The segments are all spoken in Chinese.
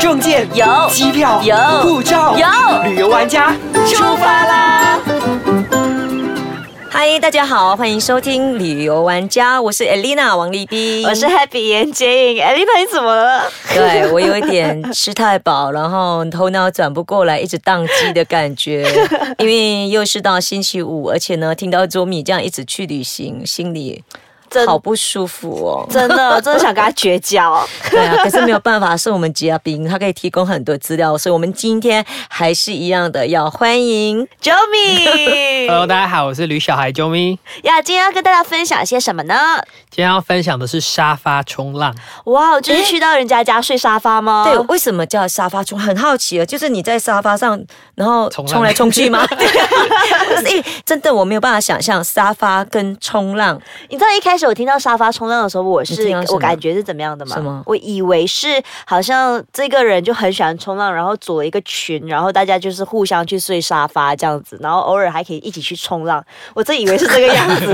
证件有机票有护照有旅游玩家出发啦！嗨，大家好，欢迎收听旅游玩家，我是 Elena 王立斌，我是 Happy 严洁颖，艾丽娜，你怎么了？ 对我有一点吃太饱，然后头脑转不过来，一直宕机的感 觉。因为又是到星期五，而且呢，听到周米这样一直去旅行，心里真好不舒服哦。真的，我真的想跟他绝交。 对啊，可是没有办法，是我们嘉宾，他可以提供很多资料，所以我们今天还是一样的要欢迎。 Hello， Joey，大家好，我是吕小孩 j o m y 呀，今天要跟大家分享些什么呢？今天要分享的是沙发冲浪。哇，哦就是去到人家家睡沙发吗？对，为什么叫沙发冲？很好奇啊，就是你在沙发上，然后冲浪冲来冲 去吗？ 对啊，因为真的我没有办法想象沙发跟冲浪，你知道一开始我听到沙发冲浪的时候，我你是听到什么我感觉是怎么样的吗？什么我以为是好像这个人就很喜欢冲浪，然后组了一个群，然后大家就是互相去睡沙发这样子，然后偶尔还可以一起去冲浪。我真以为是这个样子，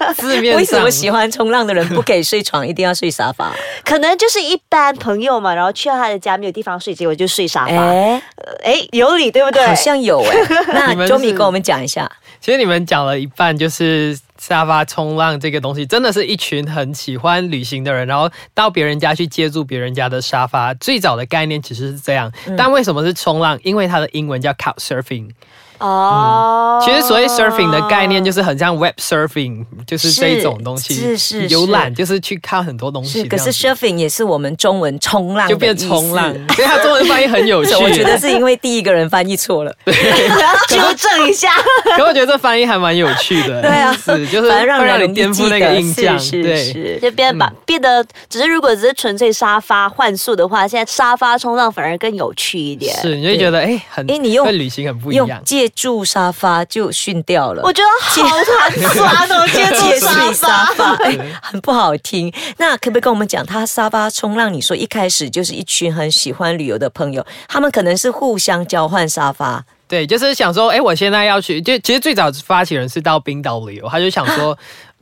呃字面为什上么喜欢冲浪的人不可以睡床，一定要睡沙发？可能就是一般朋友嘛，然后去到他的家没有地方睡，结果就睡沙发。哎、哎，有理对不对？好像有 哎、你那们周米是跟我们讲一下，其实你们讲了一半，就是沙发冲浪这个东西，真的是一群很喜欢旅行的人，然后到别人家去借助别人家的沙发。最早的概念其实是这样，嗯但为什么是冲浪？因为它的英文叫 couch surfing。哦、嗯其实所谓 surfing 的概念，就是很像 web surfing，就是是这种东西，哦是是游是览，就是去看很多东西是，这可样子。是 surfing 也是我们中文冲浪的就变意思冲浪， 所以它中文翻译很有趣。 我觉得是因为第一个人翻译 错了， 纠正一下。可我觉得这翻译还蛮有趣的， 对啊是就是反而会让人让容你易颠覆记那个得印象，是是对。是。就变把、嗯变得，只是如果只是纯粹沙发换宿的话，现在沙发冲浪反而更有趣一点。是，你就会觉得哎、很，哎你用对旅行很不一用样。借助沙发就训掉了。我觉得好寒酸哦，接借触睡沙沙 发。 发，哎，很不好听。那可不可以跟我们讲，他沙发冲浪？你说一开始就是一群很喜欢旅游的朋友，他们可能是互相交换沙 发，对，就是想说，哎，我现在要去，就其实最早发起人是到冰岛旅游，他就想 说，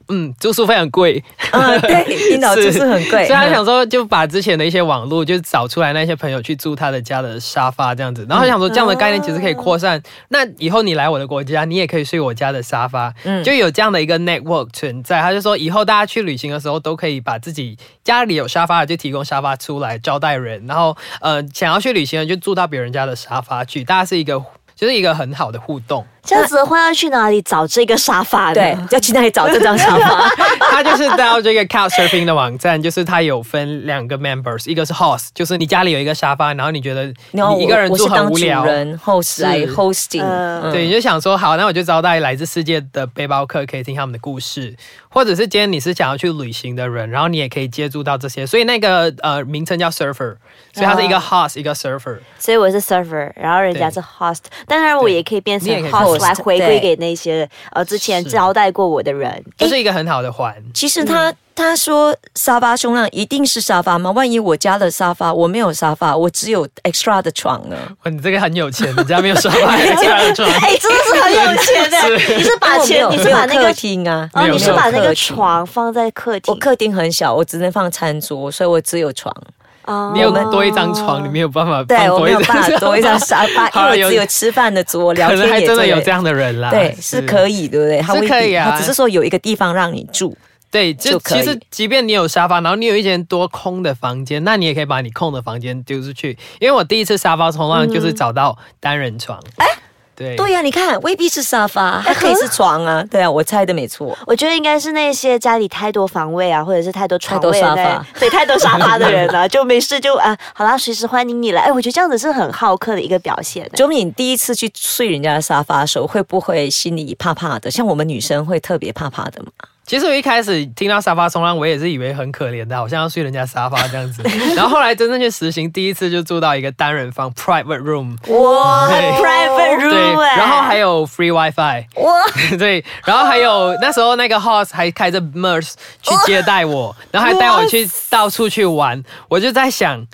嗯，住宿费很贵， 啊，对，冰岛就是很贵所以。他想说就把之前的一些网络就找出来那些朋友去住他的家的沙发这样子，嗯然后他想说这样的概念其实可以扩哦散，那以后你来我的国家，你也可以睡我家的沙发，嗯就有这样的一个 network 存在。他就说以后大家去旅行的时候都可以把自己家里有沙发的就提供沙发出来招待人，然后呃想要去旅行的就住到别人家的沙发去，大家是一个就是一个很好的互动。这样子的话要去哪里找这个沙发呢？ 对，要去那里找这张沙发。他就是到这个 Couchsurfing 的网站，就是它有分两个 members，一个是 host，就是你家里有一个沙发，然后你觉得然后你一个人我住是当很无主聊。人，host 来是 hosting，嗯嗯对，你就想说好，那我就招待来自世界的背包客，可以听他们的故事，或者是今天你是想要去旅行的人，然后你也可以接触到这些，所以那个呃名称叫 surfer，所以它是一个啊 host，一个 surfer。所以我是 server，然后人家是对 host，当然我对也可以变成你也可以 host host，来回对馈给那些呃之前是招待过我的人。这是一个很好的环，其实他、嗯他说沙发冲浪一定是沙发吗？万一我家的沙发我没有沙发，我只有 extra 的床呢？哇你这个很有钱，你家没有沙发，你家有 床，哎，真的是很有钱的，你是把因为钱我，没你有是把那没有个客。厅啊，哦，没有你是把那没有个客厅床放在客厅我，客厅很小，我只能放餐桌，所以我只有床。哦你有多一张床，你没有办法放对，我多没一有张 办法多一张沙好发，了因为我只有有吃饭的桌，聊可天能还也真的只有这。样的人啦。对，是可以，对不对？他是可以啊他只是说有一个地方让你住，对，就就可其实以即便你有沙发，然后你有一间多空的房间，那你也可以把你空的房间丢出去。因为我第一次沙发冲浪就是找到单人床，哎、对，嗯嗯对呀、你看未必是沙发，它可以是床啊，对啊，我猜的没错。我觉得应该是那些家里太多房位啊，或者是太多床位太多沙的发，对，太多沙发的人了、就没事就啊，好啦，随时欢迎你来。哎，我觉得这样子是很好客的一个表现。欸周敏，你第一次去睡人家的沙发的时候，会不会心里怕怕的？像我们女生会特别怕怕的嘛？其实我一开始听到沙发冲浪，我也是以为很可怜的，好像要睡人家沙发这样 子。然后后来真正去实行，第一次就住到一个单人房 （private room）。哇对，private 对 room，哎然后还有 free wifi，对， 然后还啊有那时候那个 host 还开着 MERS 去接待我，然后还带我去到处去玩，我就在想。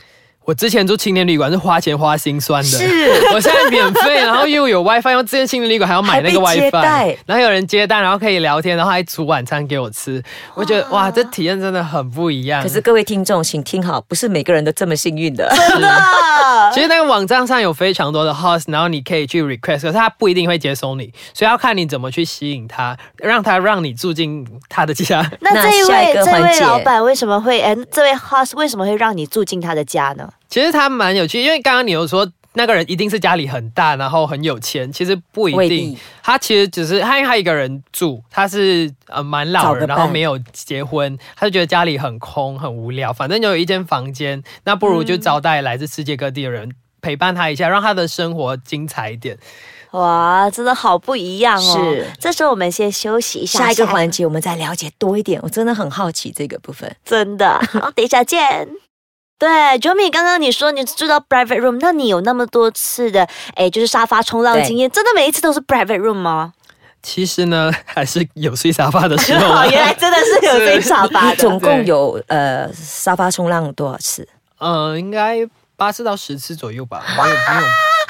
我之前住青年旅馆是花钱花心酸的，是 我现在免费，然后又有 WiFi，因为之前青年旅馆还要买那个还被接 WiFi，待然后有人接待，然后可以聊天，然后还煮晚餐给我吃，我觉得哇，这体验真的很不一样。可是各位听众，请听好，不是每个人都这么 幸运的。啊其实那个网站上有非常多的 host，然后你可以去 request，可是他不一定会接收你，所以要看你怎么去吸引他，让他让你住进他的家。那那这一下一位个这环位节老板为什么会哎，这位 host 为什么会让你住进他的家呢？其实他蛮有趣，因为刚刚你有说。那个人一定是家里很大，然后很有钱，其实不一未定必。他其实只是他因为他一个人住，他是呃蛮老找人，个然后伴没有结婚，他就觉得家里很空很无聊，反正有一间房间，那不如就招待来自世界各地的人、陪伴他一下，让他的生活精彩一点。哇，真的好不一样哦！是，这时候我们先休息一下，下一个环节我们再了解多一点，我真的很好奇这个部分。真 的，好，等一下见。对，Jomi，刚刚你说你住到 private room，那你有那么多次的哎，就是沙发冲浪对经验，真的每一次都是 private room 吗？其实呢，还是有睡沙发的时候、 啊哦，。原来真的是有这沙你发你总的。共有呃沙发冲浪多少 次？嗯，应该八次到十次左右吧。我也没有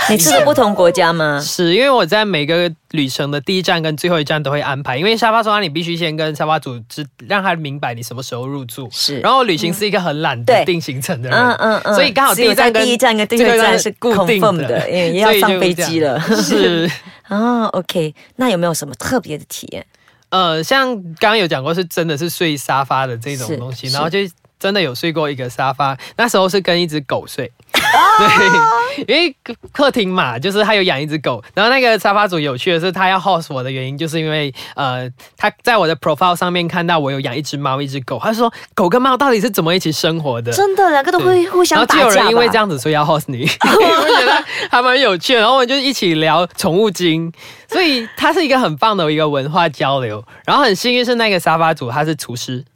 每次都不同国家吗？是因为我在每个旅程的第一站跟最后一站都会安排，因为沙发啊冲浪你必须先跟沙发组织让他明白你什么时候入住。是然后旅行是一个很懒得对定行程的人，嗯嗯嗯，所以刚好只第有一在站跟第一站跟第最二后一站是固定 confirm 的，因为要所以就上飞机 了。这样是。 哦，OK，那有没有什么特别的体验？呃，像刚刚有讲过，是真的是睡沙发的这种是东西，是然后就真的有睡过一个沙发，那时候是跟一只狗睡。啊 对，因为客客厅嘛，就是他有养一只狗，然后那个沙发主有趣的是，他要 host 我的原因，就是因为呃，他在我的 profile 上面看到我有养一只猫、一只狗，他说狗跟猫到底是怎么一起生活的？ 真的，两个都会互然相后打就有架吧人因为这样子所以要 host 你，我觉得还蛮有趣的。然后我们就一起聊宠物经，所以它是一个很棒的一个文化交流。然后很幸运是那个沙发主他是厨师。哦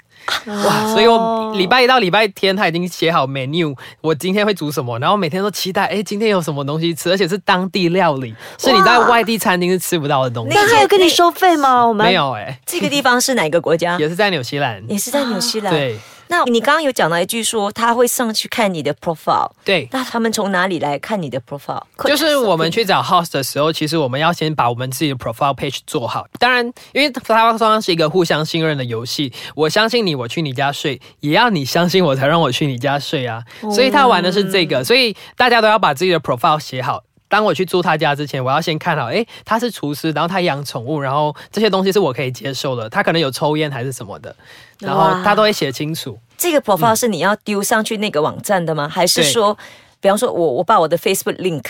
哇！所以我礼拜一到礼拜天他已经写好 menu，我今天会煮什么，然后每天都期待，哎，今天有什么东西吃，而且是当地料理，是你在外地餐厅是吃不到的东西。那他有跟你收费吗？我们没，有哎、这个地方是哪个 国家？也是在纽西兰。也是在纽西兰。对那你刚刚有讲到一句说他会上去看你的 profile，对，那他们从哪里来看你的 profile？就是我们去找 host 的时候，其实我们要先把我们自己的 profile page 做好。当然，因为沙发双是一个互相信任的游戏，我相信你，我去你家睡，也要你相信我才让我去你家睡啊。所以他玩的是这个，所以大家都要把自己的 profile 写好。当我去住他家之前，我要先看好，诶，他是厨师，然后他养宠物，然后这些东西是我可以接受的。他可能有抽烟还是什么的，然后哇他都会写清楚。这个 profile 是你要丢上去那个网站的吗？还嗯是对说，比方说我我把我的 Facebook link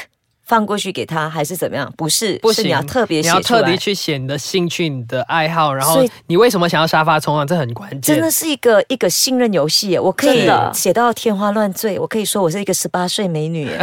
放过去给他，还是怎么样？不是，不是行，你要特别你写要出特来地。去写你的兴趣、你的爱好，然后所以你为什么想要沙发冲浪，这很关键。真的是一个一个信任游戏耶，我可真以的写到天花乱坠，我可以说我是一个十八岁 美女耶。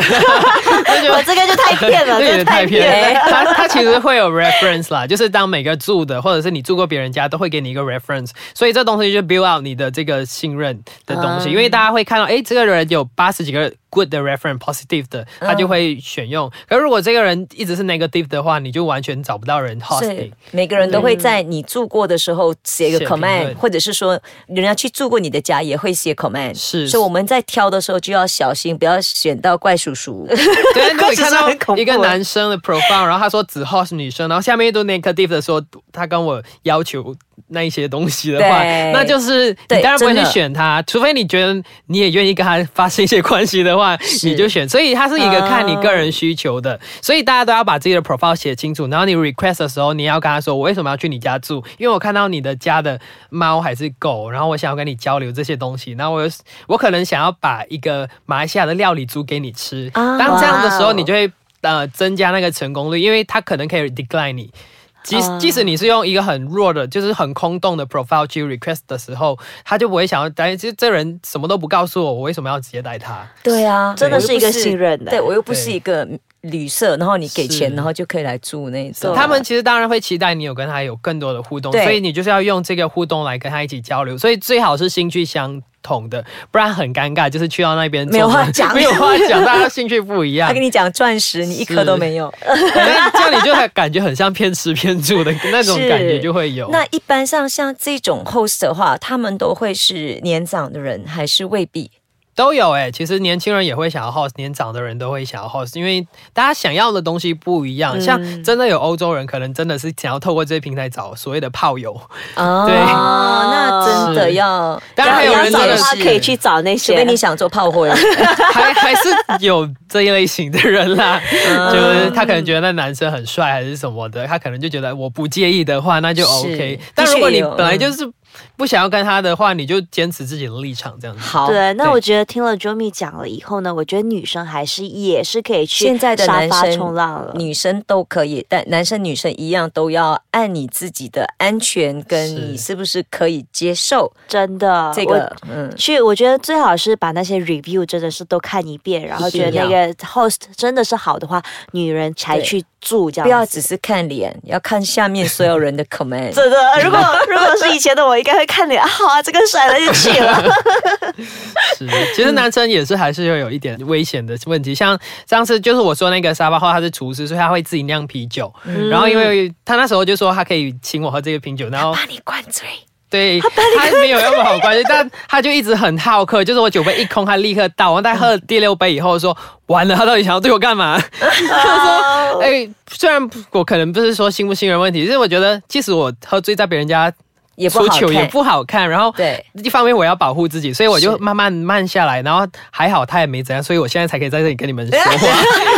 我这个就太骗了，这这也个太太偏骗了。了。他他其实会有 reference 啦，就是当每个住的或者是你住过别人家，都会给你一个 reference，所以这东西就 build out 你的这个信任的东嗯西，因为大家会看到，诶，这个人有八十几个 good 的 reference、positive 的，嗯他就会选用。可如果这个人一直是 negative 的话，你就完全找不到人 host 所你以。每个人都会在你住过的时候写一写个评论 command，或者是说人家去住过你的家也会写 command。是所以我们在挑的时候就要小心，不要选到怪叔叔。 对，那你其实看很恐到怖欸一个男生的 profile，然后他说只 host 女生，然后下面一堆 negative 的说他跟我要求那一些东西的话，对那就是你对当然不会去真的选他，除非你觉得你也愿意跟他发生一些关系的 话，你就选。所以他是一个看你个人需求嗯的，所以大家都要把自己的 profile 写清楚，然后你 request 的时候，你要跟他说我为什么要去你家住，因为我看到你的家的猫还是狗，然后我想要跟你交流这些东西，然后我有我可能想要把一个马来西亚的料理煮给你吃，啊当这样的时候，哇哦你就会呃增加那个成功率，因为他可能可以 decline 你。即嗯啊即使你是用一个很弱的，就是很空洞的 profile 去 request 的时候，他就不会想要担心，这人什么都不告诉我，我为什么要直接带他？对啊，真的是一我个又不信任的对我又不是对一个旅社，然后你给钱是，然后就可以来住那种。他们其实当然会期待你有跟他有更多的互动，对所以你就是要用这个互动来跟他一起交流，所以最好是兴趣相同的，不然很尴尬，就是去到那边没有做什么话讲没有话讲，大家兴趣不 一样他。跟你讲钻石，你一颗都没有。那这样你就很 感觉很像骗吃骗住的那种是感觉就会有。那一般上像这种 host 的话，他们都会是年长的人，还是未必？都有哎、其实年轻人也会想要 house，年长的人都会想要 house，因为大家想要的东西不一嗯样。像真的有欧洲人，可能真的是想要透过这些平台找所谓的炮 友，啊，对那真的要，当哎然还有要人要找真的的话解释可以去找那除些非你想做炮灰，还还是有这一类型的人啦，嗯就是他可能觉得那男生很帅还是什么的，他可能就觉得我不介意的话，那就是 OK 的。但确如果你也有本来嗯就是不想要跟他的话，你就坚持自己的立场这样子。好，对，那对我觉得听了 Jomi 讲了以后呢，我觉得女生还是也是可以去现在的沙男发生冲浪了。女生都可以，但男生女生一样都要按你自己的安全是跟你是不是可以接受真的，这我个，嗯，去，我觉得最好是把那些 review 真的是都看一遍，然后觉得那个 host 真的是好的话，女人才对去住这样。不要只是看脸，要看下面所有人的 comment。 真的，如果如果是以前的我，应该会看脸啊，好啊，这个帅了就去了。是，其实嗯男生也是还是会有一点危险的问题，像上次就是我说那个沙巴号，他是厨师，所以他会自己酿啤酒。嗯然后因为他那时候就说他可以请我喝这个啤酒，然后把你灌醉，对，他没有要不好关系，但他就一直很好客，就是我酒杯一空，他立刻倒，然后他喝了第六杯以后说，完了，他到底想要对我干 嘛？哦哎、虽然我可能不是说信不信任问题，是我觉得即使我喝醉在别人家也不出好糗也看。不好看，然后对，一方面我要保护自己，所以我就是慢慢慢下来，然后还好他也没怎样，所以我现在才可以在这里跟你们说话。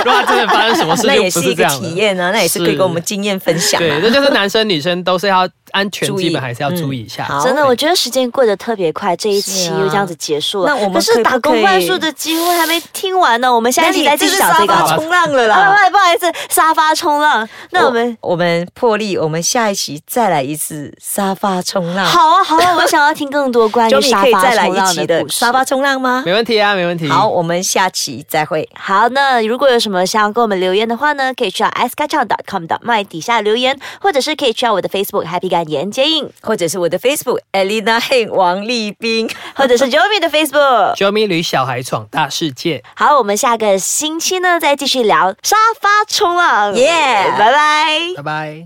如果他真的发生什么事，那就也不是一这个样了。体验啊，那也是可以是跟我们经验分享、对，啊。这就是男生女生都是要安全，注意基本还是要注意一下。嗯好 真的，我觉得时间过得特别快，这一期是啊又这样子结束了。那我们可可是以不打工可以换数的机会还没听完呢，我们下一期再继续讲这个沙好吧发。冲浪了啊啦。，不好意思，沙发冲浪。那我们我们破例，我们下一期再来一次沙发冲浪。，好啊，好啊，我想要听更多关于终于沙可以发再来冲一浪期的故的事。沙发冲浪吗？没问题啊，没问题。好，，我们下期再会。好，那如果有什么想要跟我们留言的话呢，可以去到 s k a c h a n g c o m 的 my 底下留言，或者是可以去到我的 Facebook Happy 感言接应，或者是我的 Facebook Elena Hen 王立斌。或者是 Joey 的 Facebook。啾咪驴小孩闯大世界。好，我们下个星期呢再继续聊沙发冲浪， Yeah 拜拜。拜拜。